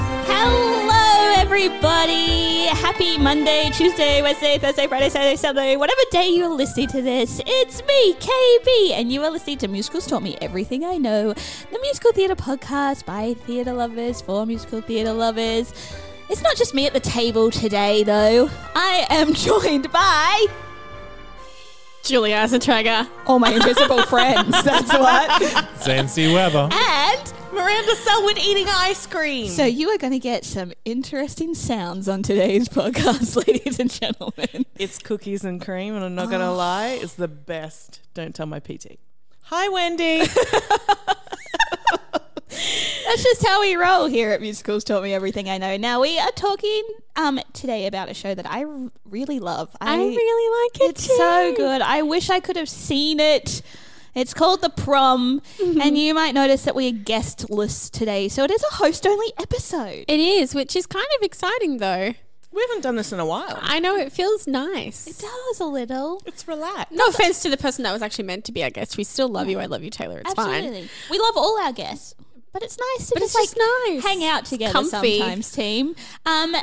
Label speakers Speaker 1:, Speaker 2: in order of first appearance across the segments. Speaker 1: Hello, everybody! Happy Monday, Tuesday, Wednesday, Thursday, Friday, Saturday, Sunday, whatever day you're listening to this. It's me, KB, and you are listening to Musicals Taught Me Everything I Know, the musical theatre podcast by theatre lovers for musical theatre lovers. It's not just me at the table today, though. I am joined by Julia Azentrager
Speaker 2: All my invisible friends, that's what.
Speaker 3: Zancy Weber.
Speaker 1: and
Speaker 4: Miranda Selwood eating ice cream.
Speaker 1: So you are going to get some interesting sounds on today's podcast, ladies and gentlemen.
Speaker 4: it's cookies and cream, and I'm not gonna lie, it's the best. Don't tell my PT. Hi, Wendy.
Speaker 1: That's just how we roll here at Musicals Taught Me Everything I Know. Now we are talking um, today about a show that I r- really love. I,
Speaker 4: really like it
Speaker 1: It's so
Speaker 4: too.
Speaker 1: good. I wish I could have seen it. It's called The Prom, and you might notice that we are guestless today, so it is a host-only episode.
Speaker 5: It is, which is kind of exciting though.
Speaker 4: we haven't done this in a while.
Speaker 5: I know it feels nice.
Speaker 1: does a little.
Speaker 4: It's relaxed.
Speaker 5: no offense to the person that was actually meant to be our guest. We still love you. I love you, Taylor. It's
Speaker 1: Absolutely. We love all our guests, but it's nice to
Speaker 5: But
Speaker 1: just
Speaker 5: it's just
Speaker 1: like
Speaker 5: nice.
Speaker 1: hang out
Speaker 5: It's
Speaker 1: together
Speaker 5: comfy.
Speaker 1: sometimes, team. Um,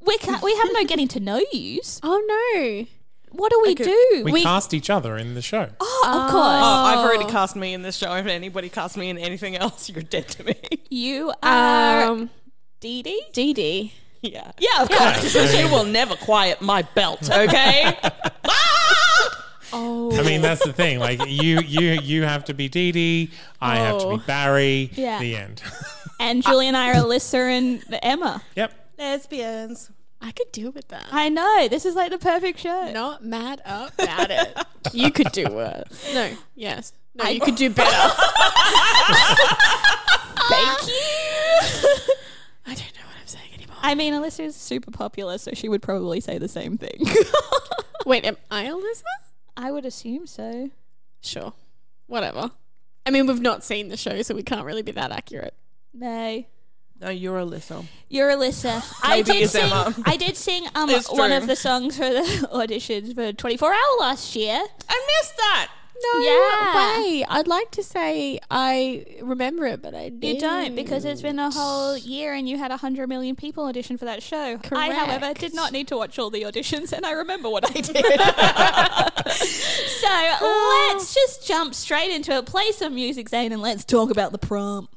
Speaker 1: we can we have no getting to know yous.
Speaker 5: fine. Oh
Speaker 1: What do we do?
Speaker 3: We, cast each other in the show.
Speaker 1: of course.
Speaker 4: Oh, I've already cast me in this show. If anybody casts me in anything else, you're dead to me.
Speaker 1: You
Speaker 5: no.
Speaker 1: are
Speaker 5: Um,
Speaker 1: Dee Uh, Dee.
Speaker 5: Dee Dee.
Speaker 4: yeah.
Speaker 1: Yeah, of course.
Speaker 4: Because you will never quiet my belt, okay?
Speaker 5: Oh,
Speaker 3: I mean, that's the thing. Like you, you, you have to be Dee Dee. I have to
Speaker 5: Oh.
Speaker 3: be Barry.
Speaker 1: Yeah.
Speaker 3: The end.
Speaker 1: And Julie and I are Alyssa and Emma.
Speaker 3: yep.
Speaker 4: Lesbians.
Speaker 5: I could deal with that.
Speaker 1: I know this is like the perfect show.
Speaker 5: Not mad about it. You could do worse. No. Yes. No, you could do better.
Speaker 1: Thank you.
Speaker 5: I don't know what I'm saying anymore.
Speaker 1: I mean, Alyssa is super popular, so she would probably say the same thing.
Speaker 5: Wait, am I Eliza?
Speaker 1: I would assume so.
Speaker 5: Sure. Whatever. I mean, we've not seen the show, so we can't really be that accurate.
Speaker 1: No.
Speaker 4: No, Oh, you're Alyssa.
Speaker 1: You're Alyssa. I
Speaker 4: Maybe
Speaker 1: did
Speaker 4: it's
Speaker 1: sing.
Speaker 4: Emma.
Speaker 1: I did sing um
Speaker 4: It's
Speaker 1: one
Speaker 4: true.
Speaker 1: of the songs for the auditions for 24 Hour last year.
Speaker 4: I missed that.
Speaker 5: No
Speaker 1: Yeah.
Speaker 5: way. I'd like to say I remember it, but I do.
Speaker 1: You don't because it's been a whole year and you had 100 million people audition for that show. I, however, did
Speaker 5: Correct.
Speaker 1: not need to watch all the auditions and I remember what I did. so
Speaker 5: Oh.
Speaker 1: let's just jump straight into it. Play some music, Zane, and let's talk about the prom.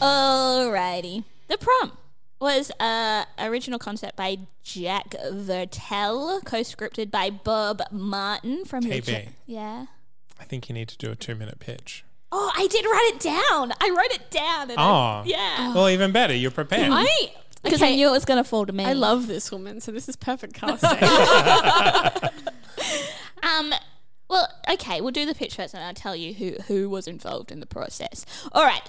Speaker 1: Alrighty. The prom was uh, original concept by Jack Vertel, co-scripted by Bob Martin from the
Speaker 3: KB.
Speaker 1: Ja- yeah.
Speaker 3: I think you need to do a two-minute pitch.
Speaker 1: Oh, I did write it down. I wrote it down. And I-
Speaker 3: Oh.
Speaker 1: Uh, yeah.
Speaker 3: Well, even better. You're prepared.
Speaker 5: I
Speaker 1: Because I knew it was going to fall to me.
Speaker 5: I love this woman, so this is perfect casting.
Speaker 1: Um. Well, okay, we'll do the pitch first, and I'll tell you who who was involved in the process. All right.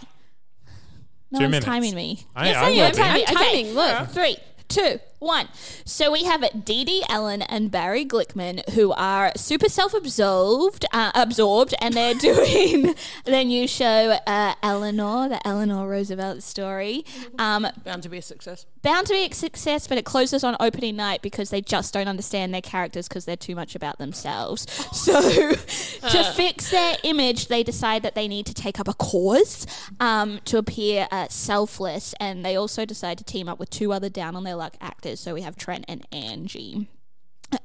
Speaker 1: No
Speaker 3: Two
Speaker 1: one's
Speaker 3: minutes.
Speaker 1: timing me.
Speaker 3: I-
Speaker 1: yes,
Speaker 3: I
Speaker 1: I,
Speaker 3: will
Speaker 1: am
Speaker 3: be.
Speaker 1: timing.
Speaker 5: I'm
Speaker 1: okay.
Speaker 5: timing, look.
Speaker 1: three, two, one. So we have Dee Dee Allen and Barry Glickman, who are super self-absorbed, uh, absorbed, and they're doing their new show, uh, Eleanor, the Eleanor Roosevelt story. Um,
Speaker 4: Bound to be a success.
Speaker 1: bound to be a success, but it closes on opening night because they just don't understand their characters because they're too much about themselves. So, to fix their image, they decide that they need to take up a cause um, to appear uh, selfless, and they also decide to team up with two other down on their luck actors. So we have Trent and Angie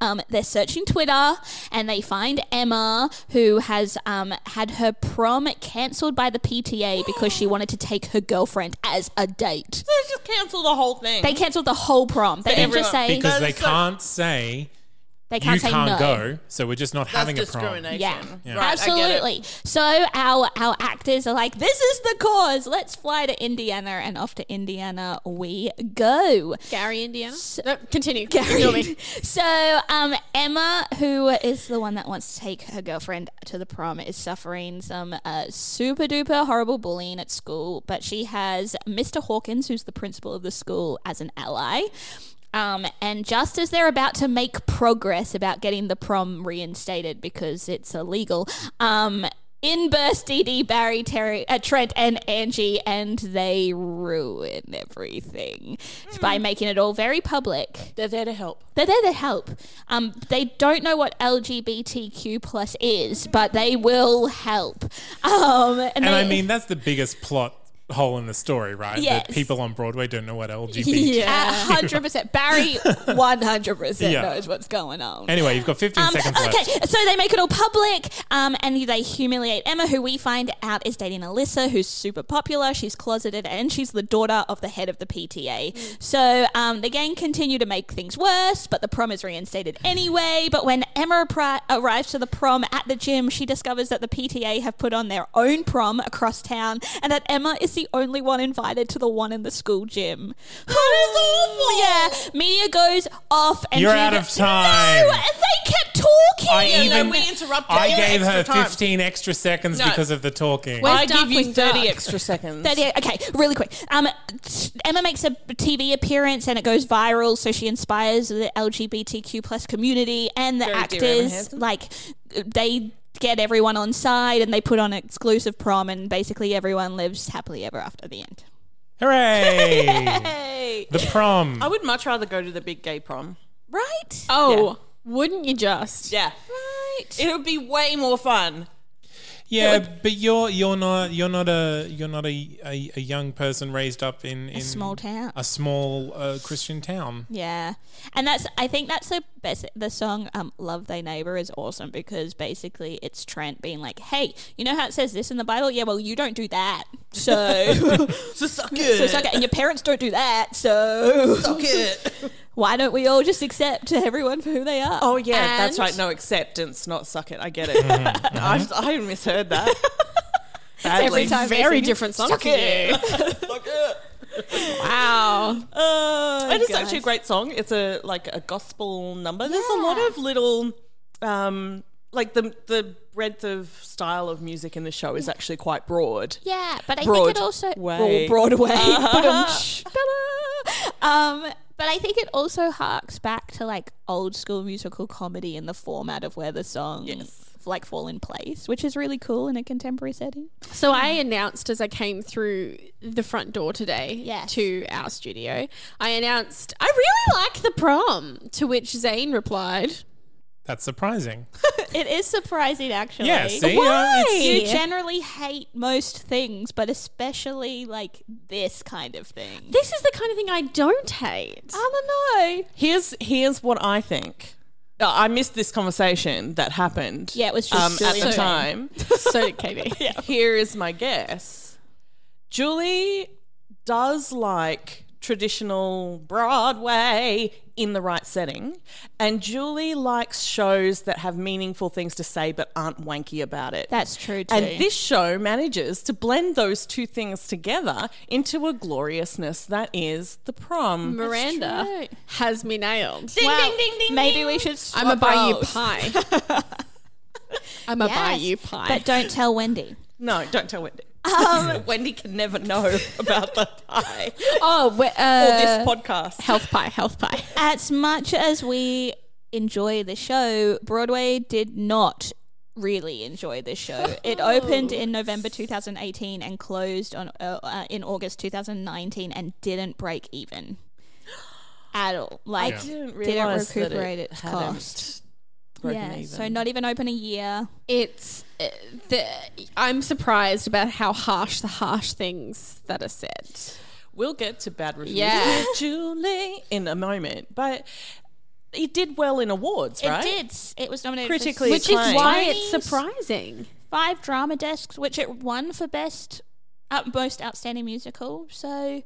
Speaker 1: um, they're searching Twitter and they find Emma, who has um, had her prom cancelled by the PTA because she wanted to take her girlfriend as a date.
Speaker 6: Let's just cancel the whole thing.
Speaker 1: They cancelled the whole prom. They didn't just say
Speaker 3: Mm-hmm. because they
Speaker 6: That's so-
Speaker 3: can't say
Speaker 1: they can't
Speaker 3: you
Speaker 1: say
Speaker 3: can't
Speaker 1: no.
Speaker 3: go, so we're just not
Speaker 6: That's
Speaker 3: having a problem.
Speaker 6: discrimination.
Speaker 1: Yeah,
Speaker 6: Right, I get it.
Speaker 1: absolutely. So our our actors are like, this is the cause. Let's fly to Indiana, and off to Indiana we go.
Speaker 5: Gary, Indiana. no, continue. Ignore me.
Speaker 1: Gary. so um, Emma, who is the one that wants to take her girlfriend to the prom, is suffering some uh, super duper horrible bullying at school, but she has Mr. Hawkins, who's the principal of the school, as an ally. Um, and just as they're about to make progress about getting the prom reinstated because it's illegal, um, in burst DD, Barry, Terry, uh, Trent, and Angie, and they ruin everything by making it all very public.
Speaker 4: They're there to help.
Speaker 1: They're there to help. Um, they don't know what LGBTQ plus is, but they will help. Um, and
Speaker 3: And
Speaker 1: they,
Speaker 3: I mean, that's the biggest plot hole in the story, right? That
Speaker 1: Yes.
Speaker 3: people on Broadway don't know what LGBT.
Speaker 1: yeah, hundred percent. Barry, one hundred percent
Speaker 3: Yeah.
Speaker 1: knows what's going on.
Speaker 3: Anyway, you've got 15
Speaker 1: Um,
Speaker 3: seconds
Speaker 1: okay,
Speaker 3: left.
Speaker 1: so they make it all public, um, and they humiliate Emma, who we find out is dating Alyssa, who's super popular. She's closeted, and she's the daughter of the head of the PTA. So um, the gang continue to make things worse, but the prom is reinstated anyway. But when Emma appri- arrives to the prom at the gym, she discovers that the PTA have put on their own prom across town, and that Emma is the only one invited to the one in the school gym. That is awful. Yeah, media goes off, and
Speaker 3: You're
Speaker 1: Judah-
Speaker 3: out of time.
Speaker 1: No, they kept talking.
Speaker 3: I even
Speaker 6: we interrupted
Speaker 3: I
Speaker 6: you
Speaker 3: gave her
Speaker 6: extra time.
Speaker 3: 15 extra seconds
Speaker 6: No.
Speaker 3: because of the talking.
Speaker 5: Where's
Speaker 4: I give you
Speaker 5: Darkwing
Speaker 4: 30
Speaker 5: Duck?
Speaker 4: extra seconds.
Speaker 1: 38 okay really quick um, t- emma makes a TV appearance and it goes viral so she inspires the lgbtq plus community and the actors like they get everyone on side and they put on an exclusive prom and basically everyone lives happily ever after at the end
Speaker 3: Hooray!
Speaker 1: hey
Speaker 3: The prom.
Speaker 4: I would much rather go to the big gay prom.
Speaker 1: right
Speaker 5: Oh, wouldn't you just?
Speaker 4: Yeah.
Speaker 1: right
Speaker 4: It would be way more fun.
Speaker 3: yeah, but you're you're not you're not a you're not a, a, a young person raised up in, in a
Speaker 1: small town.
Speaker 3: a small uh, Christian town.
Speaker 1: yeah and that's i think that's the best the song um, love thy neighbor is awesome because basically it's trent being like hey you know how it says this in the bible yeah well you don't do that so
Speaker 4: So suck
Speaker 1: So it's okay. And your parents don't do that. So why don't we all just accept everyone for who they are?
Speaker 4: Oh yeah, that's
Speaker 5: And-
Speaker 4: right. No acceptance, not suck it. I get it. I, I misheard that. Badly.
Speaker 5: Every time, very different song for you. wow.
Speaker 4: it is actually a great song. It's a like a gospel number. There's a lot of little, um, like the the breadth of style of music in the show is actually quite broad.
Speaker 1: Yeah, but I
Speaker 4: Broad
Speaker 1: think it also
Speaker 4: way.
Speaker 1: Broad- Broadway. Ba-dum-tsh. um, but I think it also harks back to like old school musical comedy in the format of where the songs like fall in place, which is really cool in a contemporary setting.
Speaker 5: So I announced as I came through the front door today
Speaker 1: Yes.
Speaker 5: to our studio, I announced, I really like the prom, to which Zane replied,
Speaker 3: That's surprising.
Speaker 1: It is surprising, actually.
Speaker 3: Yeah, see, uh, it's-
Speaker 1: You generally hate most things, but especially like this kind of thing. Ah,
Speaker 5: This is the kind of thing I don't hate.
Speaker 1: I don't know.
Speaker 4: Here's here's what I think. Uh, I missed this conversation that happened.
Speaker 1: Yeah, it was
Speaker 4: um,
Speaker 1: just
Speaker 4: at the
Speaker 1: silly.
Speaker 4: time.
Speaker 5: so did Katie.
Speaker 4: Here is my guess. Julie does like traditional Broadway in the right setting, and Julie likes shows that have meaningful things to say but aren't wanky about it.
Speaker 1: That's true too.
Speaker 4: and this show manages to blend those two things together into a gloriousness that is the prom.
Speaker 5: Miranda has me nailed.
Speaker 1: well, maybe we should. Swap
Speaker 5: I'm a buy you
Speaker 1: roles.
Speaker 5: pie. I'm a buy
Speaker 1: Yes,
Speaker 5: you pie.
Speaker 1: but don't tell Wendy.
Speaker 4: No, don't tell Wendy. Um, Wendy can never know about the pie
Speaker 5: Oh, we-
Speaker 4: or
Speaker 5: uh,
Speaker 4: this podcast.
Speaker 5: health pie, health pie.
Speaker 1: uh, As much as we enjoy the show, Broadway did not really enjoy this show. It opened in November 2018 and closed on uh, uh, in August 2019 and didn't break even at all. Like
Speaker 4: didn't realise
Speaker 1: didn't
Speaker 4: that it
Speaker 1: recuperate its
Speaker 4: hadn't
Speaker 1: cost.
Speaker 4: broken
Speaker 1: yeah,
Speaker 4: even.
Speaker 1: so not even open a year.
Speaker 5: It's uh, the, I'm surprised about how harsh the harsh things that are said.
Speaker 4: We'll get to bad reviews
Speaker 5: Yeah.
Speaker 4: with Julie in a moment, but it did well in awards, right?
Speaker 1: It did. It was nominated
Speaker 4: Critically
Speaker 1: for
Speaker 5: Which is
Speaker 4: acclaimed.
Speaker 5: why it's surprising.
Speaker 1: five drama desks, which it won for best, uh, most outstanding musical. So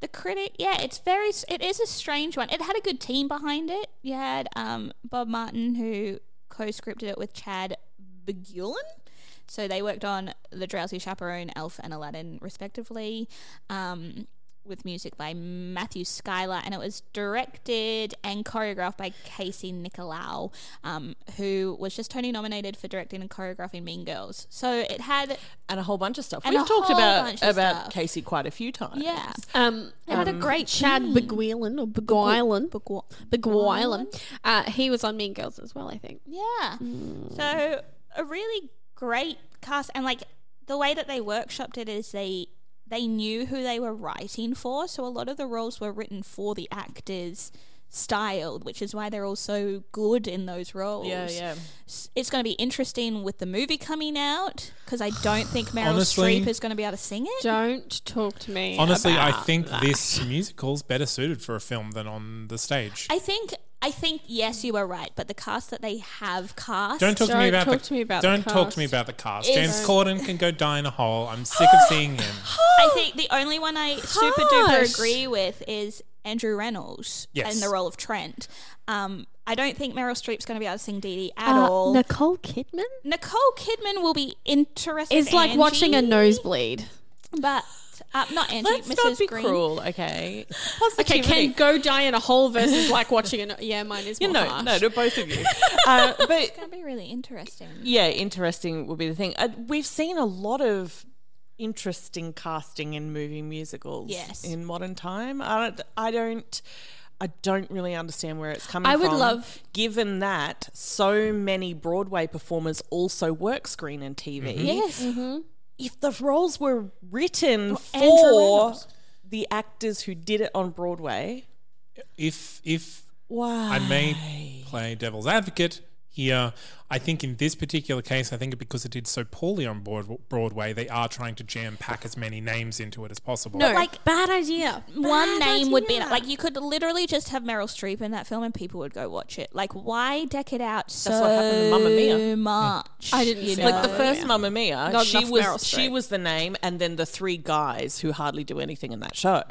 Speaker 1: the critic, yeah, it's very, s- it is a strange one. It had a good team behind it. You had um, Bob Martin, who co-scripted it with Chad Begulin. So they worked on The Drowsy Chaperone, Elf, and Aladdin, respectively, um, with music by Matthew Schuyler, and it was directed and choreographed by Casey Nicolau, um, who was just Tony nominated for directing and choreographing Mean Girls. So it had,
Speaker 4: And a whole bunch of stuff.
Speaker 1: And
Speaker 4: We've
Speaker 1: a
Speaker 4: talked
Speaker 1: whole
Speaker 4: about
Speaker 1: bunch of
Speaker 4: about
Speaker 1: stuff.
Speaker 4: Casey quite a few times.
Speaker 1: yeah,
Speaker 5: Um,
Speaker 1: it had a great
Speaker 5: Chad
Speaker 1: team.
Speaker 5: Beguilin or Beguilin,
Speaker 1: Begua-
Speaker 5: Beguilin. Uh, he was on Mean Girls as well, I think.
Speaker 1: Yeah. So a really great cast, and like the way that they workshopped it is they they knew who they were writing for, so a lot of the roles were written for the actors styled, which is why they're all so good in those roles.
Speaker 4: Yeah, yeah.
Speaker 1: S- It's going to be interesting with the movie coming out because I don't think Meryl
Speaker 3: Honestly-
Speaker 1: Streep is going to be able to sing it.
Speaker 5: Don't talk to me.
Speaker 3: Honestly, I
Speaker 5: about
Speaker 3: think
Speaker 5: that.
Speaker 3: this musical's better suited for a film than on the stage.
Speaker 1: I think I think yes, you were right, but the cast that they have cast
Speaker 3: don't talk to me
Speaker 5: Don't
Speaker 3: about
Speaker 5: talk
Speaker 3: the
Speaker 5: to me about the
Speaker 3: don't talk to me
Speaker 5: cast.
Speaker 3: about the cast.
Speaker 1: Is-
Speaker 3: James Corden can go die in a hole. I'm sick of seeing him.
Speaker 1: I think the only one I super duper
Speaker 5: Harsh.
Speaker 1: agree with is Andrew Reynolds
Speaker 3: Yes.
Speaker 1: in the role of Trent. Um, I don't think Meryl Streep's going to be able to sing Dee Dee at
Speaker 5: Uh,
Speaker 1: all.
Speaker 5: Nicole Kidman
Speaker 1: Nicole Kidman will be interesting.
Speaker 5: is like
Speaker 1: Angie,
Speaker 5: watching a nosebleed.
Speaker 1: but uh, not Angie,
Speaker 4: Let's
Speaker 1: Mrs.
Speaker 4: not be
Speaker 1: Green.
Speaker 4: cruel, okay?
Speaker 5: Okay,
Speaker 4: Positivity.
Speaker 5: can go die in a hole versus like watching a no- yeah, mine is more
Speaker 4: you know,
Speaker 5: harsh.
Speaker 4: no, to both of you. uh, but
Speaker 1: It's going to be really interesting.
Speaker 4: yeah, interesting will be the thing. Uh, we've seen a lot of interesting casting in movie musicals.
Speaker 1: Yes.
Speaker 4: in modern time, I don't, I don't, I don't really understand where it's coming.
Speaker 5: I would
Speaker 4: from,
Speaker 5: love-
Speaker 4: given that so many Broadway performers also work screen and TV.
Speaker 1: Mm-hmm. Yes,
Speaker 4: If the roles were written
Speaker 1: Andrew
Speaker 4: for
Speaker 1: Reynolds.
Speaker 4: the actors who did it on Broadway,
Speaker 3: If if
Speaker 4: why?
Speaker 3: I may play devil's advocate here. I think in this particular case, I think because it did so poorly on Broad- Broadway, they are trying to jam pack as many names into it as possible.
Speaker 5: no, like bad idea.
Speaker 1: one name would be enough. Like you could literally just have Meryl Streep in that film, and people would go watch it. Like, why deck it out so
Speaker 4: what happened to Mamma Mia.
Speaker 1: much?
Speaker 5: I didn't see
Speaker 4: Like the
Speaker 5: No.
Speaker 4: first
Speaker 5: Yeah.
Speaker 4: Mamma Mia,
Speaker 5: Not
Speaker 4: she
Speaker 5: enough Meryl
Speaker 4: was she
Speaker 5: Streep.
Speaker 4: was the name, and then the three guys who hardly do anything in that show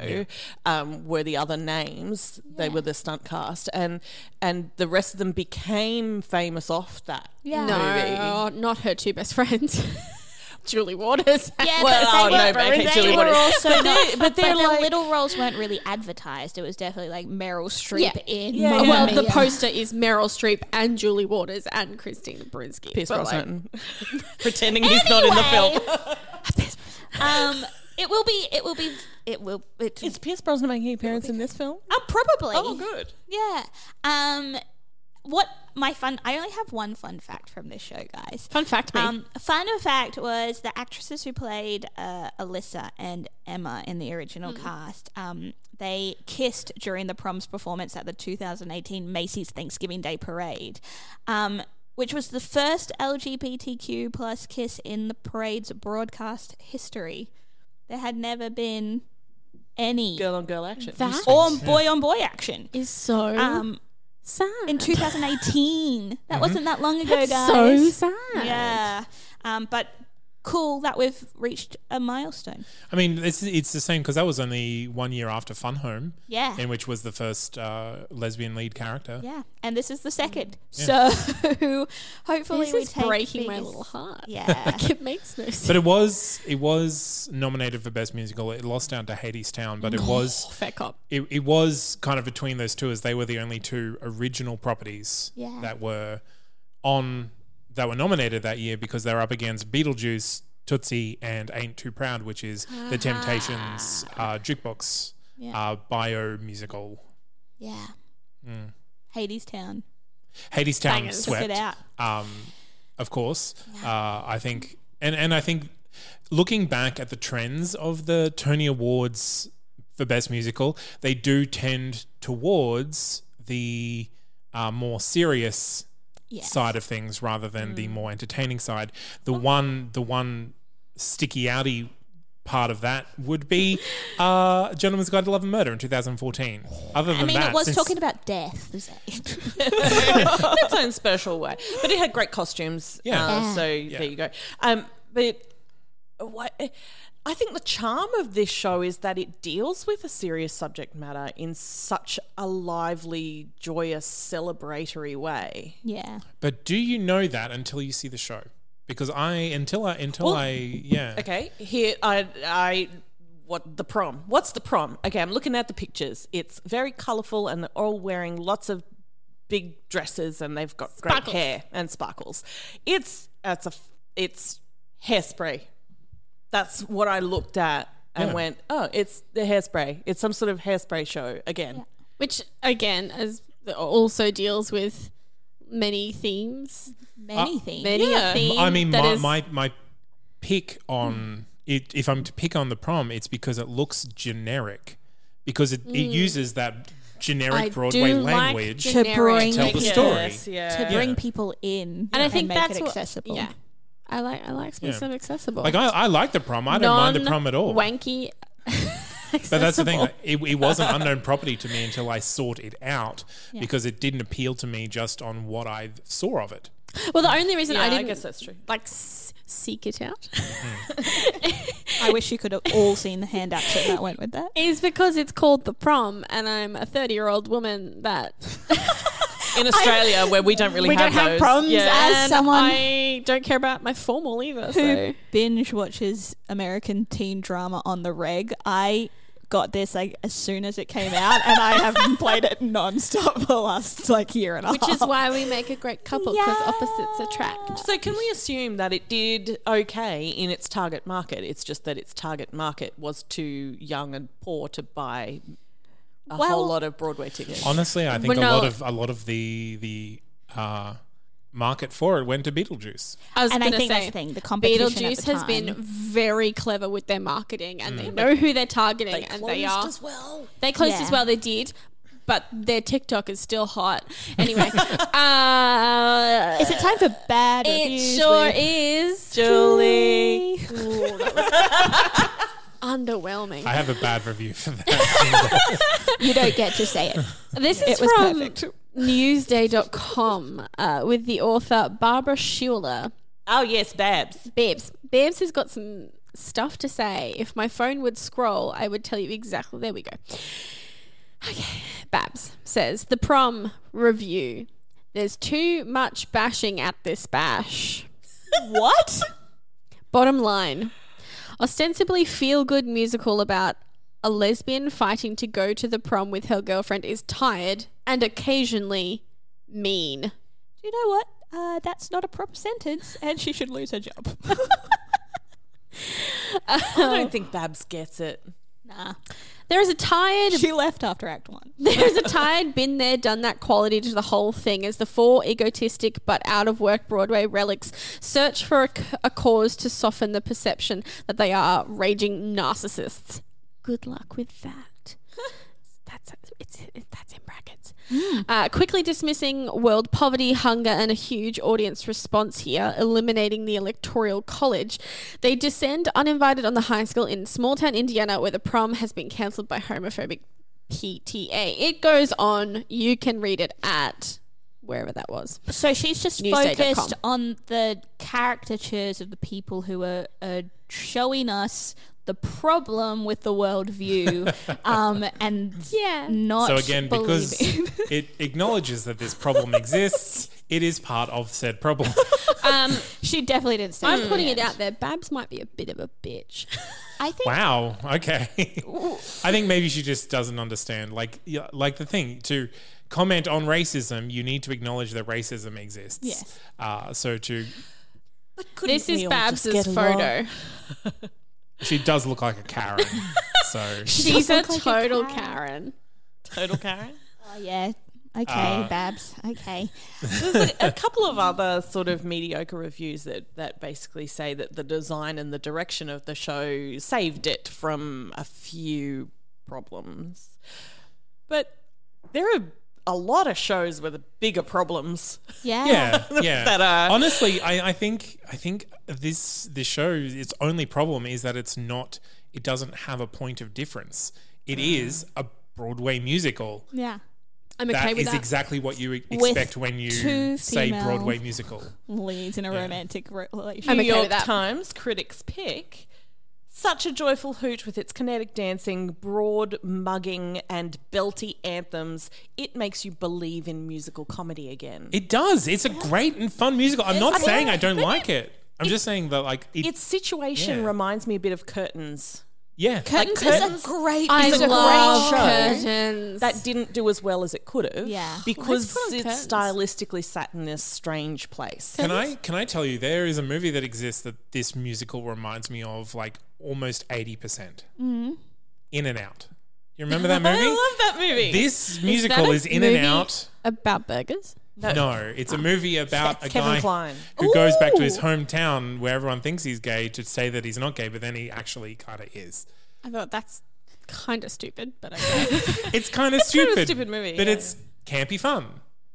Speaker 4: um, were the other names. They were the stunt cast, and and the rest of them became famous off that.
Speaker 1: Yeah.
Speaker 5: No, not her two best friends, Julie Waters.
Speaker 1: Yeah,
Speaker 4: Well,
Speaker 1: but they,
Speaker 4: oh, no,
Speaker 1: were,
Speaker 4: but okay,
Speaker 1: they
Speaker 4: Julie
Speaker 1: were
Speaker 4: Waters.
Speaker 1: also
Speaker 4: But
Speaker 1: not,
Speaker 4: they-
Speaker 1: but,
Speaker 4: but they're
Speaker 1: their
Speaker 4: like-
Speaker 1: little roles weren't really advertised. It was definitely like Meryl Streep
Speaker 5: Yeah.
Speaker 1: in
Speaker 4: Yeah,
Speaker 1: Mamma
Speaker 5: well,
Speaker 1: Mia.
Speaker 5: the poster is Meryl Streep and Julie Waters and Christina Brinsky.
Speaker 4: Pierce
Speaker 5: but, like,
Speaker 4: Brosnan, pretending he's not in the film.
Speaker 1: um, it will be. It will be. It will. It,
Speaker 4: Is Pierce Brosnan making an appearance in this film?
Speaker 1: uh, probably.
Speaker 4: Oh, good.
Speaker 1: Yeah. Um, what my fun? I only have one fun fact from this show, guys.
Speaker 5: Fun fact, me.
Speaker 1: Um, fun fact was the actresses who played uh, Alyssa and Emma in the original
Speaker 5: Mm.
Speaker 1: cast. Um, they kissed during the prom's performance at the 2018 Macy's Thanksgiving Day Parade, um, which was the first LGBTQ plus kiss in the parade's broadcast history. There had never been any
Speaker 4: Girl on girl action.
Speaker 5: that
Speaker 1: or boy on boy action.
Speaker 5: is so
Speaker 1: Um,
Speaker 5: sad.
Speaker 1: in 2018, that wasn't that long ago, guys.
Speaker 5: Mm-hmm. so sad.
Speaker 1: Yeah. Um, but cool that we've reached a milestone.
Speaker 3: I mean, it's, it's the same because that was only one year after Fun Home,
Speaker 1: Yeah.
Speaker 3: in which was the first uh, lesbian lead character.
Speaker 1: Yeah. And this is the second. So hopefully
Speaker 5: This
Speaker 1: we
Speaker 5: is
Speaker 1: take
Speaker 5: breaking my
Speaker 1: these-
Speaker 5: little heart.
Speaker 1: Yeah.
Speaker 5: Like, it makes no sense.
Speaker 3: But it was it was nominated for best musical. It lost out to Hades Town, but it was
Speaker 5: Fair cop.
Speaker 3: it, it was kind of between those two as they were the only two original properties
Speaker 1: Yeah.
Speaker 3: that were on that were nominated that year because they were up against Beetlejuice, Tootsie and Ain't Too Proud, which is
Speaker 1: Ah.
Speaker 3: the Temptations uh, jukebox uh, bio musical.
Speaker 1: Yeah.
Speaker 3: Mm.
Speaker 1: Hades Town.
Speaker 3: Hades Town
Speaker 5: Bangers.
Speaker 3: swept.
Speaker 1: Get out.
Speaker 3: Um, of course, uh, I think, and and I think, looking back at the trends of the Tony Awards for Best Musical, they do tend towards the uh, more serious
Speaker 1: Yes. Mm.
Speaker 3: side of things rather than the more entertaining side. The one, the one sticky outy part of that would be uh, Gentleman's Guide to Love and Murder in 2014. Other than
Speaker 1: Oh. I mean,
Speaker 3: that,
Speaker 1: it was
Speaker 3: since-
Speaker 1: talking about death. Was it?
Speaker 4: in its own special way. But it had great costumes.
Speaker 3: Yeah.
Speaker 4: uh, so there you go. Um, but what, I think the charm of this show is that it deals with a serious subject matter in such a lively, joyous, celebratory way.
Speaker 1: yeah.
Speaker 3: But do you know that until you see the show? Because I until I until
Speaker 4: Well,
Speaker 3: I yeah.
Speaker 4: Okay, here I I what the prom? What's the prom? Okay, I'm looking at the pictures. It's very colourful, and they're all wearing lots of big dresses, and they've got
Speaker 5: Sparkles.
Speaker 4: great hair and sparkles. It's it's a f- it's hairspray. That's what I looked at and
Speaker 3: Yeah.
Speaker 4: went, oh, it's the hairspray. It's some sort of hairspray show again.
Speaker 5: Which again, as also deals with many themes,
Speaker 1: Many things.
Speaker 5: many
Speaker 4: Yeah.
Speaker 5: a theme.
Speaker 3: I mean
Speaker 5: that
Speaker 3: my,
Speaker 5: is-
Speaker 3: my my pick on it if I'm to pick on the prom, it's because it looks generic. Because it, it uses that generic
Speaker 5: Mm. I
Speaker 3: Broadway
Speaker 5: do like
Speaker 3: language
Speaker 5: generic
Speaker 1: To bring-
Speaker 3: to tell the
Speaker 1: Yes,
Speaker 3: story.
Speaker 4: yeah.
Speaker 1: to bring people in
Speaker 5: and I think
Speaker 1: make
Speaker 5: that's
Speaker 1: it
Speaker 5: what-
Speaker 1: accessible.
Speaker 5: yeah, I like I like
Speaker 3: Yeah.
Speaker 5: makes them accessible.
Speaker 3: Like I, I like the prom. I don't mind the prom at all.
Speaker 5: Wanky.
Speaker 3: But that's the thing. like, It, it was an unknown property to me until I sought it out because it didn't appeal to me just on what I saw of it.
Speaker 5: Well, the only reason
Speaker 4: Yeah,
Speaker 5: I
Speaker 4: I,
Speaker 5: didn't
Speaker 4: guess that's true.
Speaker 5: like s- seek it out
Speaker 3: Hmm.
Speaker 1: I wish you could have all seen the handout that, that went with that.
Speaker 5: is because it's called the prom, and I'm a 30 year old woman that
Speaker 4: In Australia, where we don't really
Speaker 5: we
Speaker 4: have
Speaker 5: don't have
Speaker 4: those.
Speaker 5: proms
Speaker 4: Yeah.
Speaker 5: as
Speaker 1: As someone-
Speaker 5: I don't care about my formal either.
Speaker 1: who
Speaker 5: So
Speaker 1: binge watches American teen drama on the reg. I got this like as soon as it came out, and I have played it nonstop for the last like year and a half.
Speaker 5: which is why we make a great couple because
Speaker 1: Yeah.
Speaker 5: opposites attract.
Speaker 4: So can we assume that it did okay in its target market? It's just that its target market was too young and poor to buy a whole
Speaker 1: Well-
Speaker 4: lot of Broadway tickets.
Speaker 3: Honestly, I think
Speaker 5: Well,
Speaker 3: a lot
Speaker 5: no.
Speaker 3: of a lot of the the uh, market for it went to Beetlejuice.
Speaker 5: I was
Speaker 1: And I
Speaker 5: going to
Speaker 1: think
Speaker 5: say
Speaker 1: that's the thing, the competition at the
Speaker 5: Beetlejuice has been
Speaker 1: time.
Speaker 5: very clever with their marketing, and they know who they're targeting, and they are
Speaker 4: as well.
Speaker 5: They closed as
Speaker 1: Yeah.
Speaker 5: well. They did, but their TikTok is still hot. Anyway, uh,
Speaker 1: Is it time for bad
Speaker 5: it
Speaker 1: reviews?
Speaker 5: sure
Speaker 1: with-
Speaker 5: is
Speaker 4: Julie.
Speaker 5: underwhelming.
Speaker 3: I have a bad review for that.
Speaker 1: You don't get to say it.
Speaker 5: this is
Speaker 1: It was
Speaker 5: from
Speaker 1: perfect.
Speaker 5: Newsday.com uh, with the author Barbara Schuler.
Speaker 4: Oh yes, Babs.
Speaker 5: Babes, Babes has got some stuff to say. If my phone would scroll, I would tell you exactly. There we go. Okay, Babs says the prom review. There's too much bashing at this bash.
Speaker 1: what?
Speaker 5: Bottom line ostensibly feel good musical about a lesbian fighting to go to the prom with her girlfriend is tired and occasionally mean.
Speaker 1: Do you know what? Uh, that's not a proper sentence, and she should lose her job.
Speaker 4: I don't think Babs gets it.
Speaker 1: nah,
Speaker 5: There is a tired
Speaker 1: she left after Act One.
Speaker 5: There's a tired, been there, done that quality to the whole thing as the four egotistic but out of work Broadway relics search for a, c- a cause to soften the perception that they are raging narcissists. Good luck with that. That's, it's, it- that's in brackets. Uh, quickly dismissing world poverty, hunger, and a huge audience response here, eliminating the electoral college. They descend uninvited on the high school in small town Indiana, where the prom has been cancelled by homophobic PTA. It goes on. You can read it at wherever that was.
Speaker 1: So she's just
Speaker 5: Newsday.com.
Speaker 1: focused on the caricatures of the people who are, are showing us the problem with the world view, um, and
Speaker 5: Yeah.
Speaker 1: not
Speaker 3: so again, because
Speaker 1: believing.
Speaker 3: it acknowledges that this problem exists, it is part of said problem.
Speaker 5: Um,
Speaker 1: she definitely didn't say.
Speaker 5: I'm putting it out there. Babs might be a bit of a bitch.
Speaker 1: I think
Speaker 3: Wow. Okay. I think maybe she just doesn't understand. Like, yeah, like the thing to comment on racism, you need to acknowledge that racism exists.
Speaker 1: Yes.
Speaker 3: Uh, so to
Speaker 4: Couldn't
Speaker 5: This is
Speaker 4: we all just
Speaker 5: Babs's
Speaker 4: get along?
Speaker 5: photo.
Speaker 3: She does look like a Karen. so
Speaker 5: She's a
Speaker 1: look like a
Speaker 5: total
Speaker 1: Karen.
Speaker 5: Karen.
Speaker 4: Total Karen.
Speaker 1: Oh yeah. Okay,
Speaker 3: Uh,
Speaker 1: Babs. Okay.
Speaker 4: There's a, a couple of other sort of mediocre reviews that, that basically say that the design and the direction of the show saved it from a few problems. But there are a lot of shows with bigger problems.
Speaker 1: Yeah.
Speaker 3: yeah, yeah.
Speaker 4: That, uh,
Speaker 3: Honestly, I, I think I think this this show its only problem is that it's not it doesn't have a point of difference. It is a Broadway musical.
Speaker 1: Yeah.
Speaker 5: I'm
Speaker 3: That
Speaker 5: okay
Speaker 3: is
Speaker 5: with that.
Speaker 3: exactly what you expect when you
Speaker 1: two
Speaker 3: say
Speaker 1: female-
Speaker 3: Broadway musical.
Speaker 1: Leads in a
Speaker 3: Yeah.
Speaker 1: romantic relationship.
Speaker 5: I'm
Speaker 4: New
Speaker 5: okay with
Speaker 4: York
Speaker 5: that.
Speaker 4: Times critics pick such a joyful hoot with its kinetic dancing, broad mugging, and belty anthems. It makes you believe in musical comedy again.
Speaker 3: It does. It's a great and fun musical. I'm not saying I don't like it. I'm just saying that like it,
Speaker 4: its situation
Speaker 3: Yeah.
Speaker 4: reminds me a bit of Curtains.
Speaker 3: yeah.
Speaker 1: Curtains
Speaker 4: Curtains-
Speaker 1: is a great.
Speaker 5: I
Speaker 1: is a
Speaker 5: love
Speaker 1: great show.
Speaker 5: curtains.
Speaker 4: that didn't do as well as it could have.
Speaker 1: Yeah.
Speaker 4: Because
Speaker 5: Let's put on
Speaker 4: it's
Speaker 5: curtains.
Speaker 4: stylistically sat in this strange place.
Speaker 3: Can I can I tell you there is a movie that exists that this musical reminds me of like almost eighty percent. In and Out. You remember that movie?
Speaker 4: I love that movie.
Speaker 3: This
Speaker 5: that
Speaker 3: musical
Speaker 5: a
Speaker 3: is In
Speaker 5: movie
Speaker 3: and Out.
Speaker 5: about burgers.
Speaker 3: No, it's a movie about a
Speaker 4: Kevin
Speaker 3: guy
Speaker 4: Kline.
Speaker 3: who goes back to his hometown where everyone thinks he's gay to say that he's not gay, but then he actually kind of is.
Speaker 5: I thought that's kind of stupid, but okay.
Speaker 3: It's kind of
Speaker 4: kind
Speaker 3: stupid,
Speaker 4: of a stupid movie,
Speaker 3: but
Speaker 4: yeah.
Speaker 3: it's campy fun.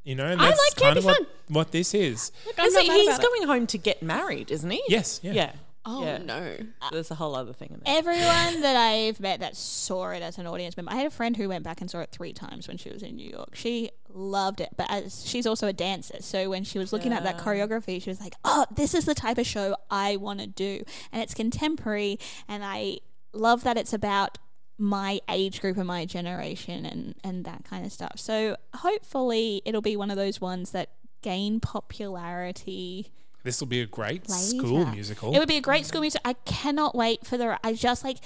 Speaker 3: You know, and
Speaker 5: I
Speaker 3: that's
Speaker 5: like
Speaker 3: kind
Speaker 5: campy
Speaker 3: of what,
Speaker 5: fun.
Speaker 3: what this is.
Speaker 4: Is
Speaker 5: not
Speaker 4: it-
Speaker 5: mad
Speaker 4: he's
Speaker 5: about it.
Speaker 4: going home to get married, isn't he?
Speaker 3: Yes, yeah.
Speaker 4: Yeah.
Speaker 5: oh
Speaker 4: Yeah.
Speaker 5: no.
Speaker 4: There's a whole other thing in there.
Speaker 1: Everyone that I've met that saw it as an audience member, I had a friend who went back and saw it three times when she was in New York. She loved it, but as she's also a dancer, so when she was looking at that choreography, she was like, "Oh, this is the type of show I want to do," and it's contemporary, and I love that it's about my age group and my generation and and that kind of stuff. So hopefully, it'll be one of those ones that gain popularity
Speaker 3: This will be a great
Speaker 1: later.
Speaker 3: school musical.
Speaker 1: It would be a great school musical. I cannot wait for the. I just like.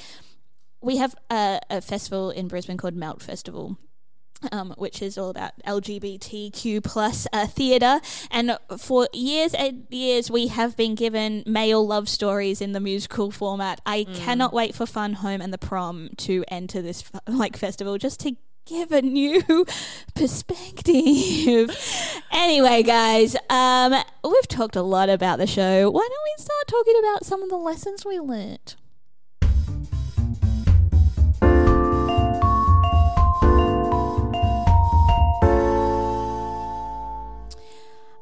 Speaker 1: We have a, a festival in Brisbane called Melt Festival. Um, which is all about LGBTQ plus uh, theatre, and for years and years we have been given male love stories in the musical format. I cannot wait for Fun Home and the Prom to enter this f- like festival just to give a new perspective. anyway, guys, um, we've talked a lot about the show. Why don't we start talking about some of the lessons we learnt?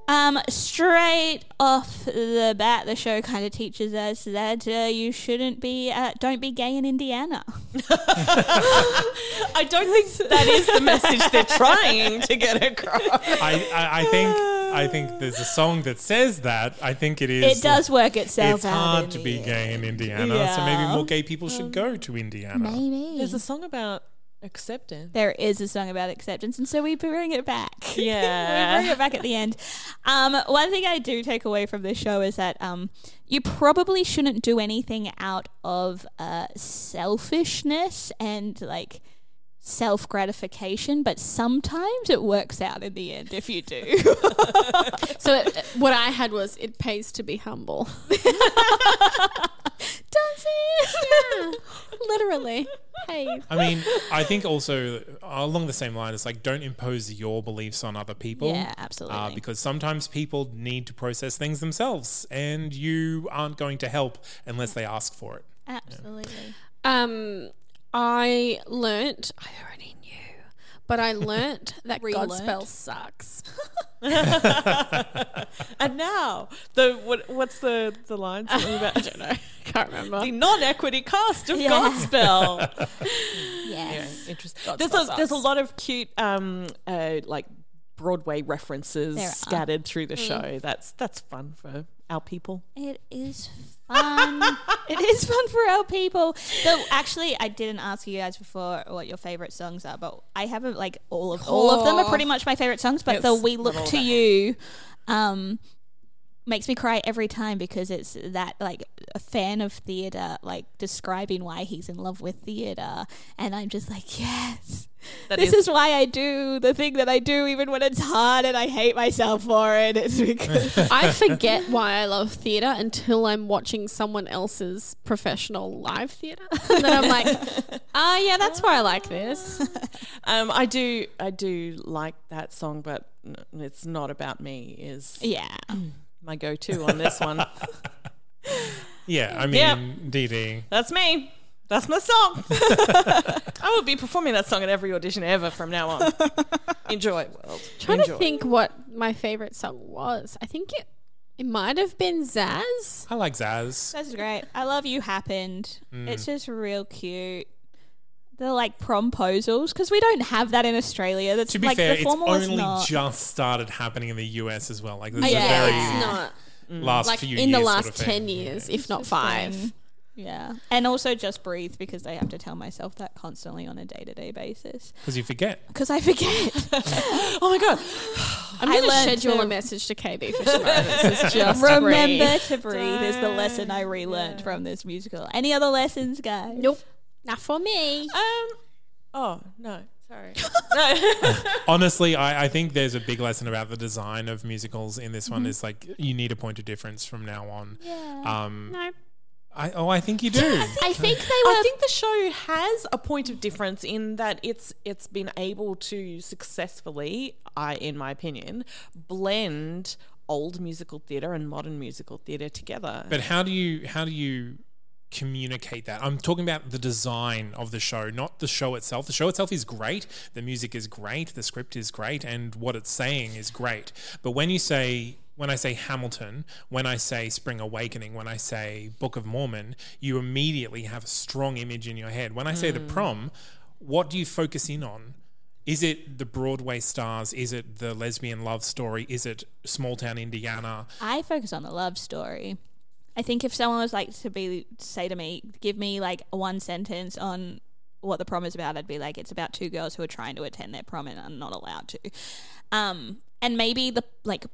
Speaker 1: Um, straight off the bat, the show kind of teaches us that uh, you shouldn't be, uh, don't be gay in Indiana.
Speaker 4: I don't think that is the message they're trying to get across.
Speaker 3: I, I, I think I think there's a song that says that. I think it is.
Speaker 1: it does work itself
Speaker 3: It's
Speaker 1: out.
Speaker 3: hard
Speaker 1: in
Speaker 3: to
Speaker 1: the
Speaker 3: be
Speaker 1: end.
Speaker 3: gay in Indiana, so maybe
Speaker 1: Yeah. Um,
Speaker 3: more gay people should go to Indiana.
Speaker 1: Maybe.
Speaker 4: There's a song about acceptance.
Speaker 1: there is a song about acceptance, and so we bring it back.
Speaker 4: Yeah.
Speaker 1: we bring it back at the end. Um, one thing I do take away from this show is that um, you probably shouldn't do anything out of uh, selfishness and like self gratification, but sometimes it works out in the end if you do.
Speaker 5: So it, what I had was it pays to be humble.
Speaker 1: Does it?
Speaker 5: Literally pays.
Speaker 3: I mean, I think also along the same line, it's like don't impose your beliefs on other people.
Speaker 1: Yeah, absolutely.
Speaker 3: Uh, because sometimes people need to process things themselves, and you aren't going to help unless they ask for it.
Speaker 1: Absolutely.
Speaker 5: Um, I learnt. I already knew, but I learnt that Godspell sucks.
Speaker 4: And now, the what, what's the the line? Something about I don't know.
Speaker 5: Can't remember.
Speaker 4: The non-equity cast of
Speaker 1: Yeah.
Speaker 4: Godspell.
Speaker 1: Yes.
Speaker 4: Interesting. There's a, there's a lot of cute um uh like Broadway references
Speaker 1: There are.
Speaker 4: scattered through the show. That's that's fun for our people.
Speaker 1: It is fun. it is fun for our people. Though actually, I didn't ask you guys before what your favorite songs are, but I haven't like all of all of them are pretty much my favorite songs. But the
Speaker 4: Yes,
Speaker 1: "We
Speaker 4: love
Speaker 1: Look
Speaker 4: all
Speaker 1: to
Speaker 4: that.
Speaker 1: You" um, makes me cry every time because it's that like a fan of theater like describing why he's in love with theater and i'm just like yes
Speaker 4: That
Speaker 1: this is
Speaker 4: is-
Speaker 1: why i do the thing that i do even when it's hard and i hate myself for it it's because
Speaker 5: I forget why I love theatre until I'm watching someone else's professional live theatre. and then I'm like, ah, yeah, that's why I like this.
Speaker 4: Um, I do, I do like that song, but n- it's not about me. Is
Speaker 1: yeah
Speaker 4: my go-to on this one.
Speaker 3: Yeah, I mean,
Speaker 4: Yeah.
Speaker 3: DD.
Speaker 4: That's me. That's my song. I will be performing that song at every audition ever from now on. Enjoy, world.
Speaker 5: trying
Speaker 4: Enjoy.
Speaker 5: to think what my favourite song was. I think it, it might have been Zaz.
Speaker 3: I like Zaz.
Speaker 1: that's great i love you happened
Speaker 3: Mm.
Speaker 1: it's just real cute they're like promposals because we don't have that in australia that's
Speaker 3: To be
Speaker 1: like
Speaker 3: fair,
Speaker 1: the
Speaker 3: it's
Speaker 1: formal is
Speaker 3: only
Speaker 1: not.
Speaker 3: just started happening in the US as well. Like this is
Speaker 5: yeah,
Speaker 3: a very
Speaker 5: it's not.
Speaker 3: last
Speaker 5: Like
Speaker 3: few
Speaker 5: in the
Speaker 3: years
Speaker 5: last
Speaker 3: sort of thing.
Speaker 5: 10 years,
Speaker 3: Yeah.
Speaker 5: if not five.
Speaker 1: thing. Yeah. And also just breathe because I have to tell myself that constantly on a day to day basis.
Speaker 3: Because you forget.
Speaker 1: Because I forget.
Speaker 4: Oh my god!
Speaker 5: I'm
Speaker 1: I
Speaker 5: going to
Speaker 1: learned
Speaker 5: schedule
Speaker 1: to-
Speaker 5: a message to KB for tomorrow. that says just
Speaker 1: Remember
Speaker 5: breathe.
Speaker 1: to breathe is the lesson I relearned from this musical. Any other lessons, guys?
Speaker 5: Nope. Not for me.
Speaker 4: Um. Oh no. Sorry.
Speaker 3: Honestly, I, I think there's a big lesson about the design of musicals in this
Speaker 5: Mm-hmm.
Speaker 3: one. Is like you need a point of difference from now on. Yeah. Um,
Speaker 5: No.
Speaker 3: I, oh, I think you do.
Speaker 5: I think they were.
Speaker 4: I think the show has a point of difference in that it's it's been able to successfully, I in my opinion, blend old musical theatre and modern musical theatre together.
Speaker 3: But how do you how do you communicate that? I'm talking about the design of the show, not the show itself. The show itself is great, the music is great, the script is great, and what it's saying is great. But when you say when I say Hamilton, when I say Spring Awakening, when I say Book of Mormon, you immediately have a strong image in your head. When I say the prom, what do you focus in on? Is it the Broadway stars? Is it the lesbian love story? Is it small town Indiana?
Speaker 1: I focus on the love story. I think if someone was like to be say to me, give me like one sentence on what the prom is about, I'd be like, it's about two girls who are trying to attend their prom and are not allowed to. Um, and maybe the like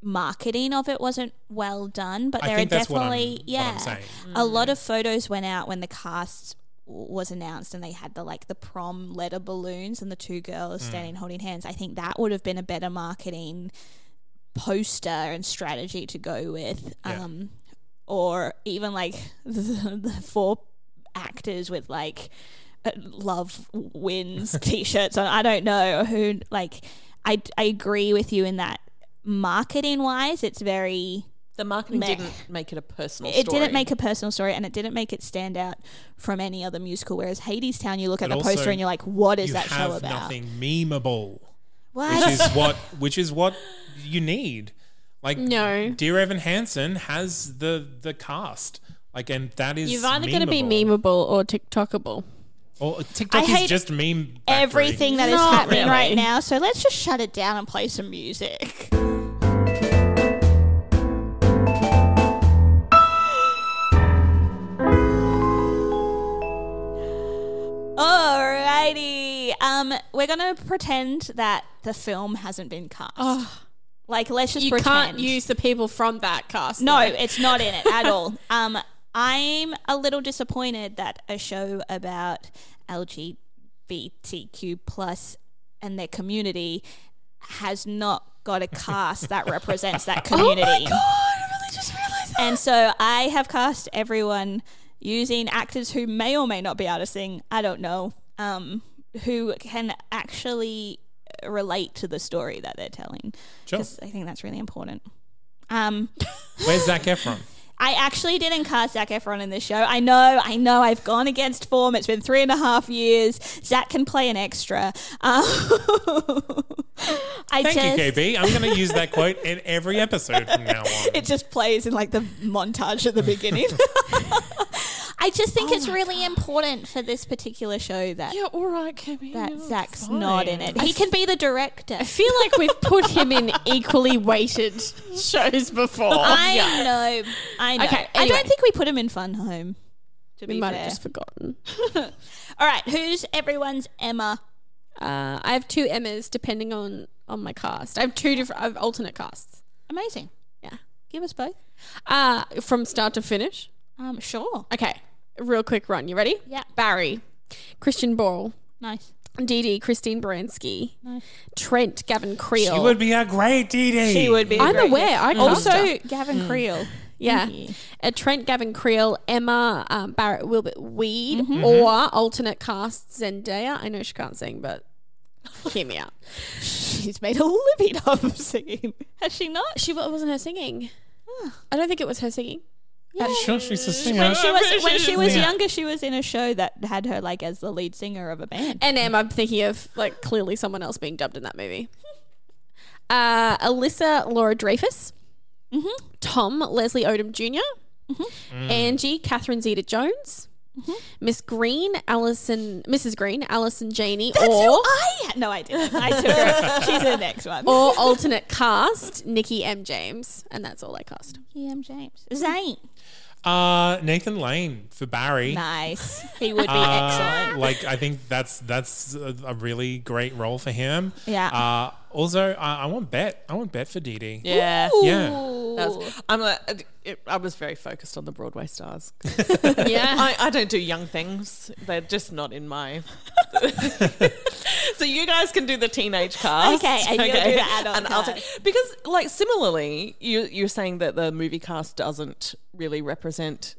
Speaker 1: marketing of it wasn't well done, but
Speaker 3: I
Speaker 1: there
Speaker 3: think
Speaker 1: are
Speaker 3: that's what I'm-
Speaker 1: definitely
Speaker 3: what I'm
Speaker 1: yeah
Speaker 3: saying. Mm.
Speaker 1: a lot of photos went out when the cast w- was announced and they had the like the prom letter balloons and the two girls
Speaker 3: Mm.
Speaker 1: standing holding hands. I think that would have been a better marketing poster and strategy to go with,
Speaker 3: Yeah.
Speaker 1: um, or even like the, the four actors with like uh, love wins t-shirts on. I don't know who like. I I agree with you in that marketing wise, it's very
Speaker 4: the marketing
Speaker 1: Meh.
Speaker 4: didn't make it a personal.
Speaker 1: it
Speaker 4: story.
Speaker 1: didn't make a personal story and it didn't make it stand out from any other musical. Whereas Hades Town, you look at the
Speaker 3: But also,
Speaker 1: poster and you're like, what is
Speaker 3: you
Speaker 1: that
Speaker 3: have
Speaker 1: show about?
Speaker 3: nothing memeable,
Speaker 1: What?
Speaker 3: which is what which is what you need. Like
Speaker 5: No.
Speaker 3: Dear Evan Hansen has the the cast. Like, and that is
Speaker 5: You've either got to be
Speaker 3: memeable.
Speaker 5: memeable or TikTokable.
Speaker 3: Or TikTok
Speaker 1: I
Speaker 3: is
Speaker 1: hate
Speaker 3: just meme. Factory.
Speaker 1: Everything that is
Speaker 5: Not
Speaker 1: happening
Speaker 5: really.
Speaker 1: right now. So let's just shut it down and play some music. Alrighty. Um, we're gonna pretend that the film hasn't been cast. Like, let's just
Speaker 5: you
Speaker 1: pretend.
Speaker 5: can't use the people from that cast.
Speaker 1: No,
Speaker 5: though.
Speaker 1: it's not in it at all. Um, I'm a little disappointed that a show about LGBTQ plus and their community has not got a cast that represents that community. And so I have cast everyone using actors who may or may not be able to sing. I don't know. Um, who can actually relate to the story that they're telling?
Speaker 3: Sure.
Speaker 1: 'Cause I think that's really important. Um,
Speaker 3: Where's Zach Efron?
Speaker 1: I actually didn't cast Zac Efron in this show. I know, I know, I've gone against form. It's been three and a half years. Zach can play an extra. Um, I
Speaker 3: Thank
Speaker 1: just,
Speaker 3: you, KB. I'm going to use that quote in every episode from now on.
Speaker 1: It just plays in like the montage at the beginning. I just
Speaker 5: Oh
Speaker 1: think it's really important for this particular show that
Speaker 4: Yeah, all right, Kimmy.
Speaker 1: that
Speaker 4: you're
Speaker 1: Zach's not in
Speaker 4: fine.
Speaker 1: it. He can be the director.
Speaker 5: I feel like we've put him in equally weighted shows before.
Speaker 1: I know. I know.
Speaker 5: Oh, Okay,
Speaker 1: I
Speaker 5: anyway.
Speaker 1: don't think we put him in Fun Home. To
Speaker 5: we
Speaker 1: be
Speaker 5: might
Speaker 1: fair.
Speaker 5: have just forgotten.
Speaker 1: All right, who's everyone's Emma?
Speaker 5: Uh, I have two Emmas depending on on my cast. I have two different. I have alternate casts.
Speaker 1: Amazing.
Speaker 5: Yeah.
Speaker 1: Give us both.
Speaker 5: Uh, from start to finish.
Speaker 1: Um, sure.
Speaker 5: Okay, real quick run. You ready?
Speaker 1: Yeah.
Speaker 5: Barry, Christian Ball,
Speaker 1: Nice.
Speaker 5: Dee Dee, Christine Baranski, Trent, Gavin Creel.
Speaker 3: She would be a great DD.
Speaker 4: She would be.
Speaker 5: I'm
Speaker 4: great.
Speaker 5: aware. I
Speaker 1: Also,
Speaker 5: also
Speaker 1: Gavin Creel.
Speaker 5: yeah. Uh, Trent, Gavin Creel, Emma, um, Barrett, Wilbert, Weed, or alternate cast Zendaya. I know she can't sing, but hear me out.
Speaker 1: She's made a living off of singing. Has she not?
Speaker 5: She it wasn't her singing. I don't think it was her singing.
Speaker 3: Sure, she's a singer.
Speaker 1: When she was when she was
Speaker 3: Yeah.
Speaker 1: younger, she was in a show that had her like as the lead singer of a band.
Speaker 5: And Em, I'm thinking of like clearly someone else being dubbed in that movie. Uh, Alyssa Laura Dreyfus, Tom Leslie Odom junior Angie Catherine Zeta Jones, Miss Green, Allison, Mrs. Green, Allison Janey, or
Speaker 1: I had no idea. I took her. She's the next one.
Speaker 5: or alternate cast Nikki M James, and that's all I cast.
Speaker 1: E.M. James. Zane.
Speaker 3: Uh, Nathan Lane for Barry.
Speaker 1: Nice. He would be
Speaker 3: Uh, Like I think that's that's a, a really great role for him.
Speaker 1: Yeah.
Speaker 3: Uh, also, I, I want Bet. I want Bet for Dee Dee.
Speaker 4: Yeah.
Speaker 3: Yeah.
Speaker 4: That was- I'm a, uh, it, I was very focused on the Broadway stars.
Speaker 5: Yeah,
Speaker 4: I, I don't do young things. They're just not in my. so you guys can do the teenage cast,
Speaker 1: Okay, and you'll do the adult cast.
Speaker 4: because, like, similarly, you you're saying that the movie cast doesn't really represent.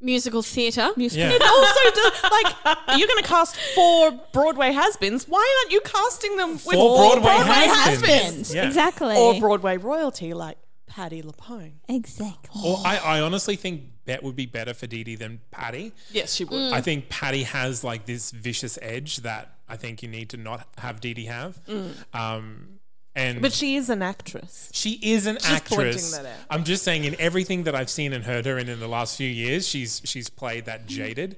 Speaker 5: musical theatre.
Speaker 3: Yeah.
Speaker 4: Also, do, like, you're going to cast four Broadway has-beens. Why aren't you casting them with
Speaker 3: Four Broadway,
Speaker 4: has-beens?
Speaker 3: husbands. Yeah.
Speaker 1: Exactly.
Speaker 4: or Broadway royalty, like Patty LaPone?
Speaker 1: exactly.
Speaker 3: Or I, I honestly think Bet would be better for Dee Dee than Patty.
Speaker 4: Yes, she would.
Speaker 3: I think Patty has like this vicious edge that I think you need to not have Dee Dee have. Um, and
Speaker 4: But she is an actress.
Speaker 3: She is an
Speaker 4: pointing
Speaker 3: actress.
Speaker 4: that out.
Speaker 3: I'm just saying, in everything that I've seen and heard her in in the last few years, she's she's played that jaded.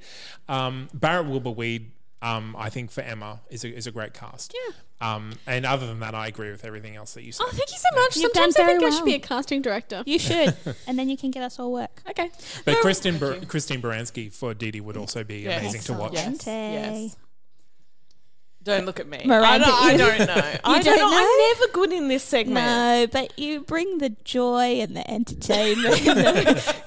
Speaker 3: Um, Barrett Wilbur Weed, um, I think for Emma is a, is a great cast. Yeah. Um, and other than that, I agree with everything else that you said.
Speaker 5: Oh, thank you so much.
Speaker 1: You've done
Speaker 5: Sometimes I
Speaker 1: very
Speaker 5: think I should
Speaker 1: well.
Speaker 5: be a casting director.
Speaker 1: You should. and then you can get us all work.
Speaker 5: Okay.
Speaker 3: but Kristen Bar- Christine Baranski for Dee Dee would also be
Speaker 4: Yes.
Speaker 3: amazing to watch.
Speaker 4: Yes.
Speaker 1: Yes.
Speaker 4: Yes. Don't look at me. I
Speaker 1: Miranda,
Speaker 4: don't, I
Speaker 1: you-
Speaker 4: don't know. I
Speaker 1: don't
Speaker 4: don't know.
Speaker 1: know?
Speaker 4: I'm never good in this segment.
Speaker 1: No, but you bring the joy and the entertainment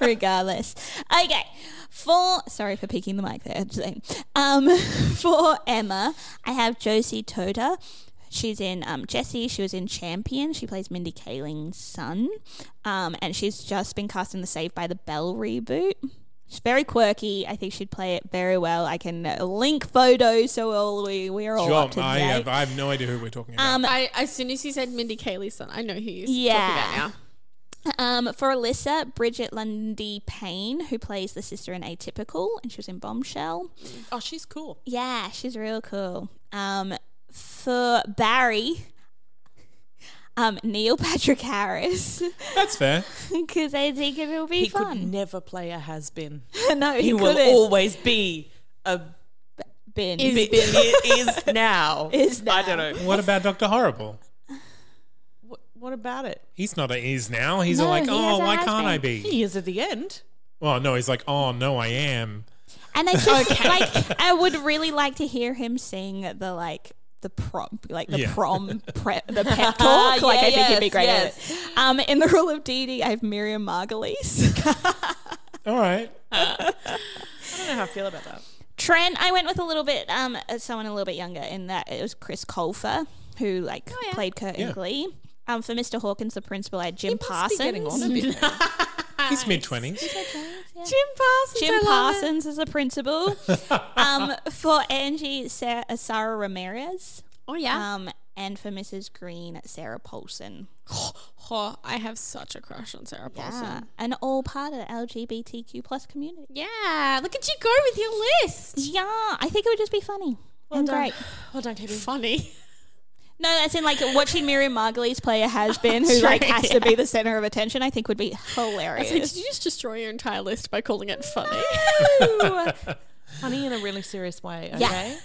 Speaker 1: regardless. Okay. For sorry for peeking the mic there. I'm saying. Um for Emma, I have Josie Tota. She's in um, Jessie. She was in Champion. She plays Mindy Kaling's son, um, and she's just been cast in the Saved by the Bell reboot. She's very quirky. I think she'd play it very well. I can link photos so all we we are all up
Speaker 3: Jump,
Speaker 1: to
Speaker 3: I
Speaker 1: date.
Speaker 3: have, I have no idea who we're talking about.
Speaker 5: I, as soon as you said Mindy Kaling's son, I know who you're
Speaker 1: Yeah.
Speaker 5: talking about now.
Speaker 1: Um, for Alyssa, Bridget Lundy Payne, who plays the sister in Atypical, and she was in Bombshell.
Speaker 4: Oh, she's cool.
Speaker 1: Yeah, she's real cool. Um, for Barry, um, Neil Patrick Harris,
Speaker 3: That's fair.
Speaker 1: because I think it will be
Speaker 4: He could
Speaker 1: fun.
Speaker 4: never play a has been.
Speaker 1: no, he,
Speaker 4: He will
Speaker 1: couldn't.
Speaker 4: always be a
Speaker 1: been.
Speaker 5: Is
Speaker 4: bit.
Speaker 5: been.
Speaker 4: is now.
Speaker 1: Is
Speaker 4: I don't know.
Speaker 3: What about Doctor Horrible?
Speaker 4: What, what about it?
Speaker 3: He's not a is now. He's
Speaker 1: No,
Speaker 3: like,
Speaker 1: he has
Speaker 3: oh,
Speaker 1: a
Speaker 3: why
Speaker 1: has
Speaker 3: can't I
Speaker 1: been."
Speaker 3: be?
Speaker 4: He is at the end.
Speaker 3: Well, no, he's like, oh, no, I am.
Speaker 1: And I just like I would really like to hear him sing the like the prom like the
Speaker 3: Yeah.
Speaker 1: prom prep the pep talk. like I
Speaker 4: Yeah,
Speaker 1: think he'd be
Speaker 4: yes,
Speaker 1: great at it. Um in the rule of Dee, I have Miriam Margolyes.
Speaker 3: All right.
Speaker 4: I don't know how I feel about that.
Speaker 1: Trent, I went with a little bit um as someone a little bit younger in that it was Chris Colfer, who like
Speaker 4: Oh,
Speaker 1: played Kurt
Speaker 3: Yeah.
Speaker 1: in Glee. Um for Mr. Hawkins the principal I had Jim
Speaker 4: Must be getting on a
Speaker 1: Parsons.
Speaker 4: bit. now.
Speaker 3: He's mid 20s.
Speaker 5: Jim Parsons.
Speaker 1: Jim Parsons is the principal. um, for Angie, Sarah, Sarah Ramirez.
Speaker 5: Oh yeah.
Speaker 4: Uh-huh.
Speaker 1: Um, and for Mrs. Green, Sarah Paulson.
Speaker 5: oh, I have such a crush on Sarah
Speaker 4: Ah.
Speaker 1: Yeah.
Speaker 5: Paulson.
Speaker 1: And uh, all part of the LGBTQ plus community.
Speaker 5: Yeah. Look at you go with your list.
Speaker 1: Yeah, I think it would just be funny. and great.
Speaker 4: Well done, Katie.
Speaker 5: Funny.
Speaker 1: No, that's in like watching Miriam Margolyes play a has been who like has to be the center of attention. I think would be
Speaker 5: So did
Speaker 1: hilarious.
Speaker 5: you just destroy your entire list by calling it funny?
Speaker 1: Ooh.
Speaker 4: Funny in a really serious way. Okay.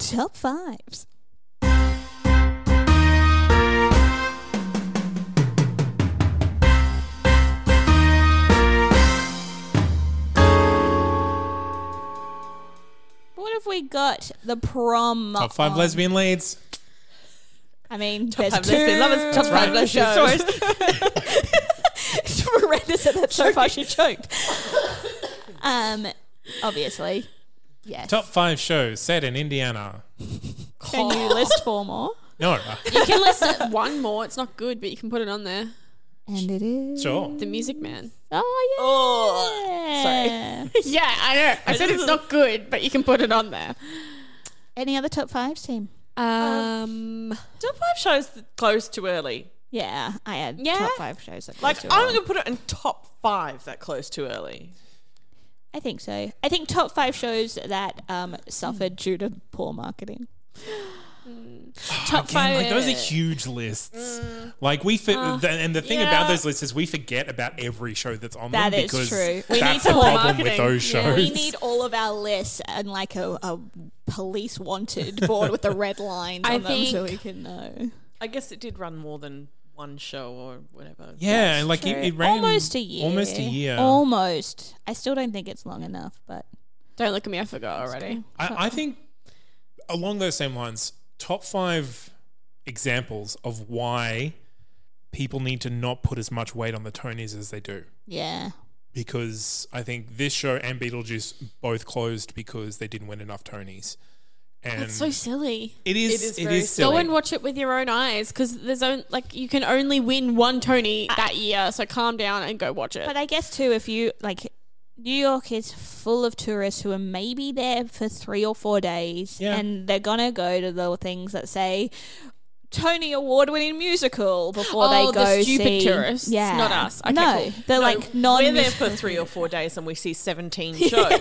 Speaker 1: Top fives. What have we got? The prom.
Speaker 3: Top five
Speaker 1: on-
Speaker 3: lesbian leads.
Speaker 1: I mean, top there's
Speaker 4: five
Speaker 1: two
Speaker 4: lesbian lovers, top five
Speaker 1: lesbian
Speaker 4: lesbian
Speaker 1: shows. horrendous at that so far. She choked. Um, obviously, yes.
Speaker 3: Top five shows set in Indiana.
Speaker 1: Can you list four more?
Speaker 3: No, uh,
Speaker 5: You can list one more. It's not good, but you can put it on there.
Speaker 1: And it is.
Speaker 3: sure.
Speaker 5: The Music Man.
Speaker 1: Oh yeah.
Speaker 4: Oh,
Speaker 5: yeah, I know. I said it's not good, but you can put it on there.
Speaker 1: Any other top fives, team?
Speaker 5: Um,
Speaker 4: Top five shows that close too early.
Speaker 1: Yeah, I had
Speaker 5: Yeah.
Speaker 1: top five shows. That
Speaker 4: Like
Speaker 1: closed
Speaker 4: I'm
Speaker 1: early.
Speaker 4: going to put it in top five that close too early.
Speaker 1: I think so. I think top five shows that um, suffered due to poor marketing.
Speaker 5: top
Speaker 3: Again,
Speaker 5: five.
Speaker 3: like those are huge lists.
Speaker 1: Mm.
Speaker 3: Like we, for,
Speaker 1: Uh,
Speaker 3: th- and the thing about those lists is we forget about every show that's on
Speaker 1: That
Speaker 3: them
Speaker 1: is
Speaker 3: because
Speaker 1: true. We
Speaker 3: that's
Speaker 1: need
Speaker 3: the
Speaker 1: to-
Speaker 3: problem with
Speaker 5: marketing.
Speaker 3: those
Speaker 5: Yeah.
Speaker 3: shows.
Speaker 1: We need all of our lists and like a, a police wanted board with the red lines
Speaker 5: I
Speaker 1: on them so
Speaker 5: think-
Speaker 1: we can know.
Speaker 4: I guess it did run more than one show or whatever.
Speaker 3: yeah, and like it, it ran
Speaker 1: almost a year. Oh
Speaker 3: Almost a year.
Speaker 1: Almost. I still don't think it's long enough, but
Speaker 5: Don't look at me. I forgot already.
Speaker 3: I, I think along those same lines, top five examples of why people need to not put as much weight on the Tonys as they do.
Speaker 1: yeah.
Speaker 3: Because I think this show and Beetlejuice both closed because they didn't win enough Tonys. And
Speaker 5: That's so silly.
Speaker 3: it is,
Speaker 4: It is
Speaker 3: it
Speaker 4: very
Speaker 3: is
Speaker 4: silly.
Speaker 3: silly.
Speaker 5: Go and watch it with your own eyes because there's only like you can only win one Tony that year. So calm down and go watch it.
Speaker 1: But I guess too, if you like, New York is full of tourists who are maybe there for three or four days,
Speaker 3: Yeah.
Speaker 1: and they're gonna go to the things that say Tony Award winning musical before
Speaker 5: Oh,
Speaker 1: they
Speaker 5: the
Speaker 1: go
Speaker 5: stupid
Speaker 1: see.
Speaker 5: tourists, not us. Okay,
Speaker 1: no,
Speaker 5: cool.
Speaker 1: they're
Speaker 4: No,
Speaker 1: like non.
Speaker 4: We're there for three or four days and we see seventeen shows.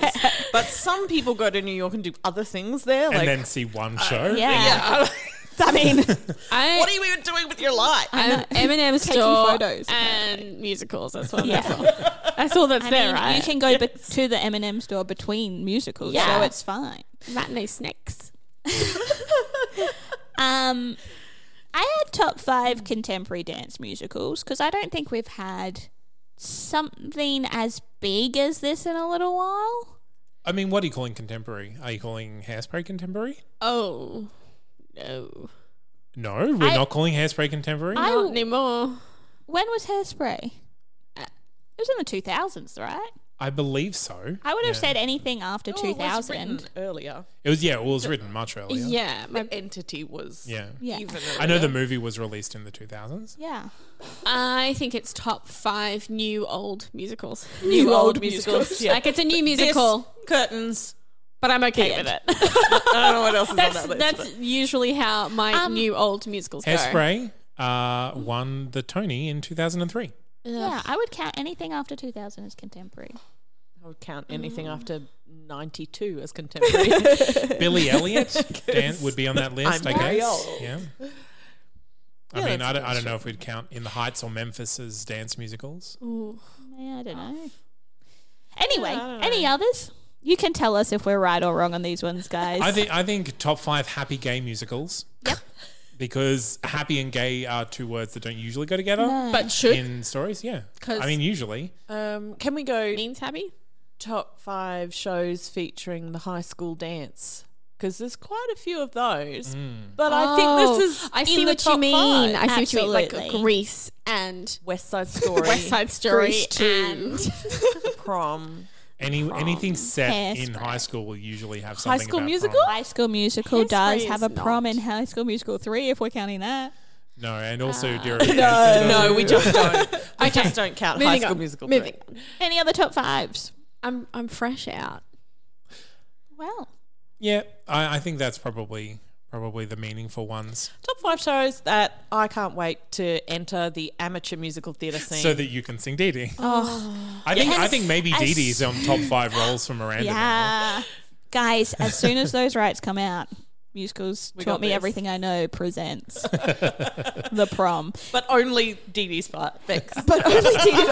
Speaker 4: But some people go to New York and do other things there.
Speaker 3: and
Speaker 4: Like,
Speaker 3: then see one show.
Speaker 1: uh, yeah.
Speaker 4: yeah.
Speaker 1: I mean,
Speaker 5: I,
Speaker 4: what are you even doing with your life?
Speaker 5: I'm Eminem
Speaker 1: Taking
Speaker 5: store
Speaker 1: photos,
Speaker 5: and musicals. That's what.
Speaker 1: Yeah.
Speaker 5: That's all. That's all that's
Speaker 1: I
Speaker 5: there,
Speaker 1: mean,
Speaker 5: right?
Speaker 1: you can go be- to the M&M store between musicals,
Speaker 5: Yeah.
Speaker 1: so it's fine.
Speaker 5: matinee snacks.
Speaker 1: Um, I had top five contemporary dance musicals because I don't think we've had something as big as this in a little while.
Speaker 3: I mean, what are you calling contemporary? Are you calling Hairspray contemporary?
Speaker 5: Oh no,
Speaker 3: No, we're
Speaker 1: I-
Speaker 3: not calling Hairspray contemporary.
Speaker 1: I-
Speaker 5: not anymore.
Speaker 1: When was Hairspray? Uh, It was in the two thousands, right?
Speaker 3: I believe so.
Speaker 1: I would have
Speaker 3: Yeah.
Speaker 1: said anything after
Speaker 4: Oh,
Speaker 1: two
Speaker 4: it was written
Speaker 1: thousand. Oh,
Speaker 4: earlier.
Speaker 3: It was, yeah, it was written much earlier.
Speaker 5: Yeah, my,
Speaker 4: Entity was
Speaker 3: Yeah.
Speaker 1: Yeah,
Speaker 4: even.
Speaker 3: I know the movie was released in the 2000s.
Speaker 1: yeah.
Speaker 5: I think it's top five new old musicals.
Speaker 4: New old musicals, yeah.
Speaker 5: Like it's a new
Speaker 4: This,
Speaker 5: musical,
Speaker 4: curtains.
Speaker 5: but I'm okay with it.
Speaker 4: I don't know what else is
Speaker 5: that's
Speaker 4: on that list.
Speaker 5: that's usually how my
Speaker 1: Um,
Speaker 5: new old musicals go.
Speaker 3: Hairspray uh, won the Tony in 2003.
Speaker 1: Yeah, I would count anything after 2000 as contemporary.
Speaker 4: I would count anything after 92 as contemporary.
Speaker 3: Billy Elliot Dan, would be on that list, i
Speaker 4: I'm
Speaker 3: guess.
Speaker 4: very old.
Speaker 3: Yeah. I mean,
Speaker 4: that's
Speaker 3: I don't,
Speaker 4: a
Speaker 3: I
Speaker 4: good
Speaker 3: don't know if we'd count In the Heights or Memphis as dance musicals.
Speaker 1: Yeah, I don't
Speaker 4: Oh.
Speaker 1: know. Anyway, any others? You can tell us if we're right or wrong on these ones, guys.
Speaker 3: I think I think top five happy gay musicals. Yep. Because happy and gay are two words that don't usually go together
Speaker 5: But should
Speaker 3: in stories. Yeah.
Speaker 5: 'Cause-
Speaker 3: I mean, usually.
Speaker 4: um, can we go
Speaker 5: means happy?
Speaker 4: top five shows featuring the high school dance? Because there's quite a few of those.
Speaker 3: Mm.
Speaker 4: But I think this is.
Speaker 5: Oh, I
Speaker 4: in
Speaker 5: see
Speaker 4: the
Speaker 5: what you
Speaker 4: top
Speaker 5: mean.
Speaker 4: five.
Speaker 5: I see what you mean. Like
Speaker 1: Absolutely.
Speaker 5: Greece and
Speaker 4: West Side Story,
Speaker 5: West Side Story
Speaker 1: Grease too.
Speaker 5: and
Speaker 4: Prom.
Speaker 3: Any, anything set in
Speaker 1: Hairspray.
Speaker 3: high school will usually have something
Speaker 4: High School
Speaker 3: about
Speaker 4: Musical?
Speaker 3: prom.
Speaker 1: High School Musical does
Speaker 5: Hairspray
Speaker 1: have a
Speaker 5: is
Speaker 1: prom
Speaker 5: not.
Speaker 1: in High School Musical 3, if we're counting that.
Speaker 3: No, and also during
Speaker 4: Ah. No, we just don't. I just don't count High
Speaker 5: Moving
Speaker 4: School
Speaker 5: on.
Speaker 4: Musical.
Speaker 5: Moving.
Speaker 4: three.
Speaker 1: Any other top fives?
Speaker 5: I'm I'm fresh out.
Speaker 1: Well,
Speaker 3: Yeah, I, I think that's probably probably the meaningful ones,
Speaker 4: Top five shows that I can't wait to enter the amateur musical theatre scene.
Speaker 3: so that you can sing Dee Dee. I think I think maybe Dee Dee's on top five roles for Miranda. now.
Speaker 1: yeah. Guys, as soon as those rights come out, musicals taught
Speaker 4: got
Speaker 1: me
Speaker 4: this.
Speaker 1: everything I know presents the prom.
Speaker 4: but only Dee Dee's part. Thanks.
Speaker 1: But only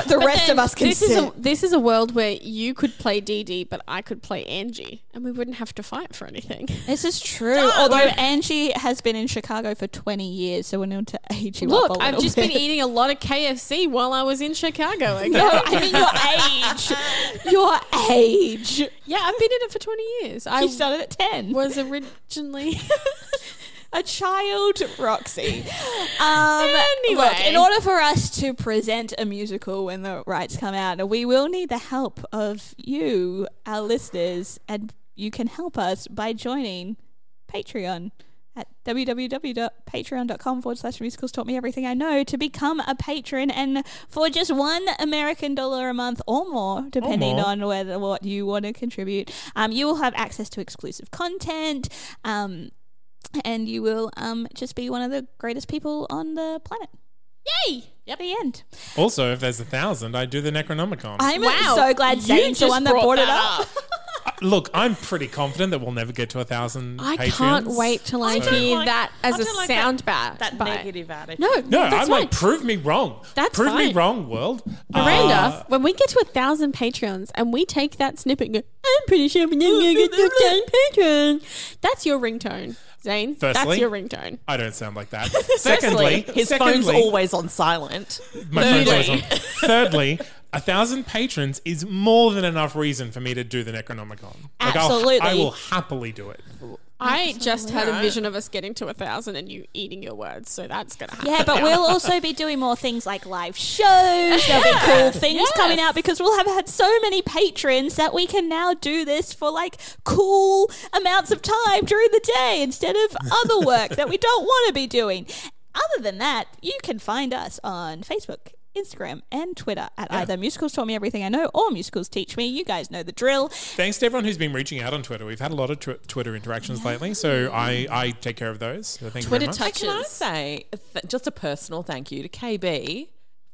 Speaker 1: the rest of us
Speaker 5: This is a this is a world where you could play Dee Dee, but I could play Angie, and we wouldn't have to fight for anything.
Speaker 1: This is true. Although Angie has been in Chicago for 20 years, so we're known to age you up
Speaker 5: Look,
Speaker 1: a
Speaker 5: I've
Speaker 1: little
Speaker 5: just
Speaker 1: bit.
Speaker 5: been e- eating a lot of KFC while I was in Chicago. Okay?
Speaker 1: No, I mean your age. Your age.
Speaker 5: yeah, I've been in it for twenty years. I
Speaker 1: You started at 10.
Speaker 5: was originally
Speaker 1: a child Roxy. Um, look, in
Speaker 5: Anyway.
Speaker 1: order for us to present a musical when the rights come out, we will need the help of you, our listeners, and you can help us by joining Patreon at www.patreon.com forward slash musicals taught me everything I know to become a patron and for just one American dollar a month or more, depending
Speaker 3: more.
Speaker 1: on whether what you want to contribute, um, you will have access to exclusive content. Um, and you will um, just be one of the greatest people on the planet. Yay! Yep. The end.
Speaker 3: Also, if there's a thousand, I do the Necronomicon.
Speaker 1: I'm
Speaker 6: Wow.
Speaker 1: so glad
Speaker 6: You
Speaker 1: Zane's the
Speaker 6: just
Speaker 1: one that
Speaker 6: brought
Speaker 1: brought it
Speaker 6: that
Speaker 1: up.
Speaker 3: Uh, Look, I'm pretty confident that we'll never get to a thousand.
Speaker 5: I can't
Speaker 3: Patreons.
Speaker 5: wait till I,
Speaker 3: I don't
Speaker 5: hear
Speaker 4: like-
Speaker 5: that as
Speaker 4: I
Speaker 5: a
Speaker 4: don't like
Speaker 5: sound
Speaker 4: that-
Speaker 5: bath.
Speaker 4: That
Speaker 5: bite.
Speaker 4: negative attitude.
Speaker 5: No,
Speaker 3: No,
Speaker 5: that's
Speaker 3: I'm like,
Speaker 5: fine.
Speaker 3: prove me wrong.
Speaker 5: That's
Speaker 3: prove me
Speaker 5: fine.
Speaker 3: wrong, world.
Speaker 5: Miranda,
Speaker 3: Uh,
Speaker 5: when we get to a thousand patrons and we take that snippet and go, I'm pretty sure we're going to get to a thousand patrons. That's your ringtone, Zane. that's
Speaker 3: Firstly-
Speaker 5: your ringtone.
Speaker 3: I don't sound like that.
Speaker 4: Firstly,
Speaker 3: secondly,
Speaker 4: his
Speaker 3: secondly,
Speaker 4: phone's always on silent.
Speaker 3: my phone's always
Speaker 4: Thirdly,
Speaker 3: on. Thirdly, a thousand patrons is more than enough reason for me to do the Necronomicon. Like, I'll-
Speaker 1: Absolutely.
Speaker 3: I will happily do it.
Speaker 5: I just had a vision of us getting to a thousand and you eating your words, so that's going to happen.
Speaker 1: Yeah, but we'll also be doing more things like live shows. There'll be cool things coming out because we'll have had so many patrons that we can now do this for like cool amounts of time during the day instead of other work that we don't want to be doing. Other than that, you can find us on Facebook. Instagram and Twitter at either musicals taught me everything I know or musicals teach me. You guys know the drill.
Speaker 3: Thanks to everyone who's been reaching out on Twitter. We've had a lot of tw- Twitter interactions lately, so I, I take care of those. So thank
Speaker 5: Twitter
Speaker 3: you very much.
Speaker 5: touches.
Speaker 4: Can I say th- just a personal thank you to KB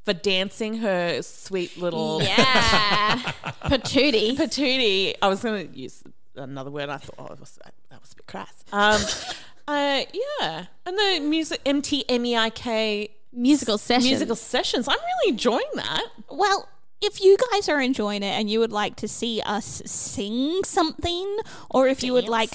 Speaker 4: for dancing her sweet little
Speaker 5: yeah. Patootie.
Speaker 4: patootie. I was going to use another word. I thought oh, it was, that was a bit crass. Um, uh, yeah, and the music MTMEIK
Speaker 5: musical session.
Speaker 4: E musical sessions. I'm really enjoying that.
Speaker 1: Well, if you guys are enjoying it and you would like to see us sing something, or if you would like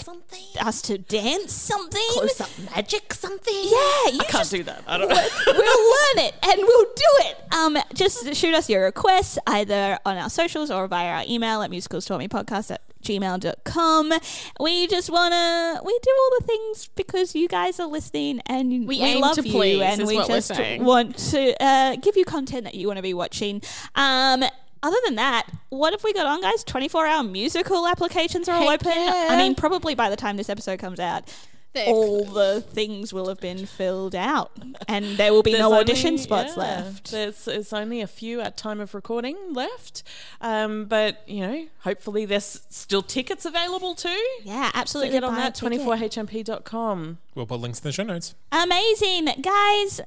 Speaker 1: us to dance something,
Speaker 6: Close up magic something.
Speaker 1: yeah, you
Speaker 4: I can't
Speaker 1: just,
Speaker 4: do that. I don't
Speaker 1: we'll learn it and we'll do it. Um, just shoot us your requests either on our socials or via our email at musicalstormypodcast at gmail.com. We just wanna we do all the things because you guys are listening and we,
Speaker 5: aim
Speaker 1: love
Speaker 5: to
Speaker 1: you
Speaker 5: please,
Speaker 1: and
Speaker 5: is
Speaker 1: we
Speaker 5: what we're
Speaker 1: just
Speaker 5: saying.
Speaker 1: want to uh, give you content that you want to be watching. Um other than that, what have we got on, guys? 24 hour musical applications are all
Speaker 5: Heck
Speaker 1: open.
Speaker 5: yeah.
Speaker 1: I mean, probably by the time this episode comes out,
Speaker 5: They're
Speaker 1: all the things will have been filled out and there will be no
Speaker 4: There's
Speaker 1: audition
Speaker 4: only-
Speaker 1: spots
Speaker 4: yeah,
Speaker 1: left.
Speaker 4: There's, there's only a few at time of recording left, um, but you know, hopefully there's still tickets available too.
Speaker 1: yeah,
Speaker 4: So
Speaker 1: absolutely.
Speaker 4: get on
Speaker 1: buy a
Speaker 4: that
Speaker 1: ticket.
Speaker 4: 24hmp.com.
Speaker 3: We'll put links in the show notes.
Speaker 1: Amazing. Guys,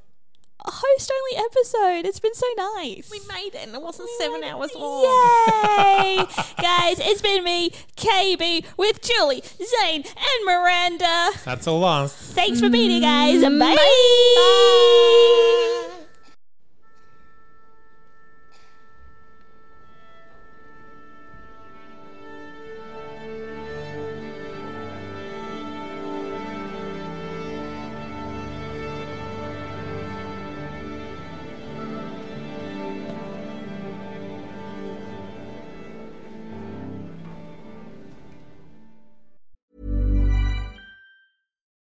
Speaker 1: a host only episode. It's been so nice.
Speaker 6: We made it and it wasn't seven hours long.
Speaker 1: Yay! Guys, it's been me, KB, with Julie, Zane, and Miranda.
Speaker 3: That's all us.
Speaker 1: Thanks for being here, guys.
Speaker 6: Mm,
Speaker 1: Bye.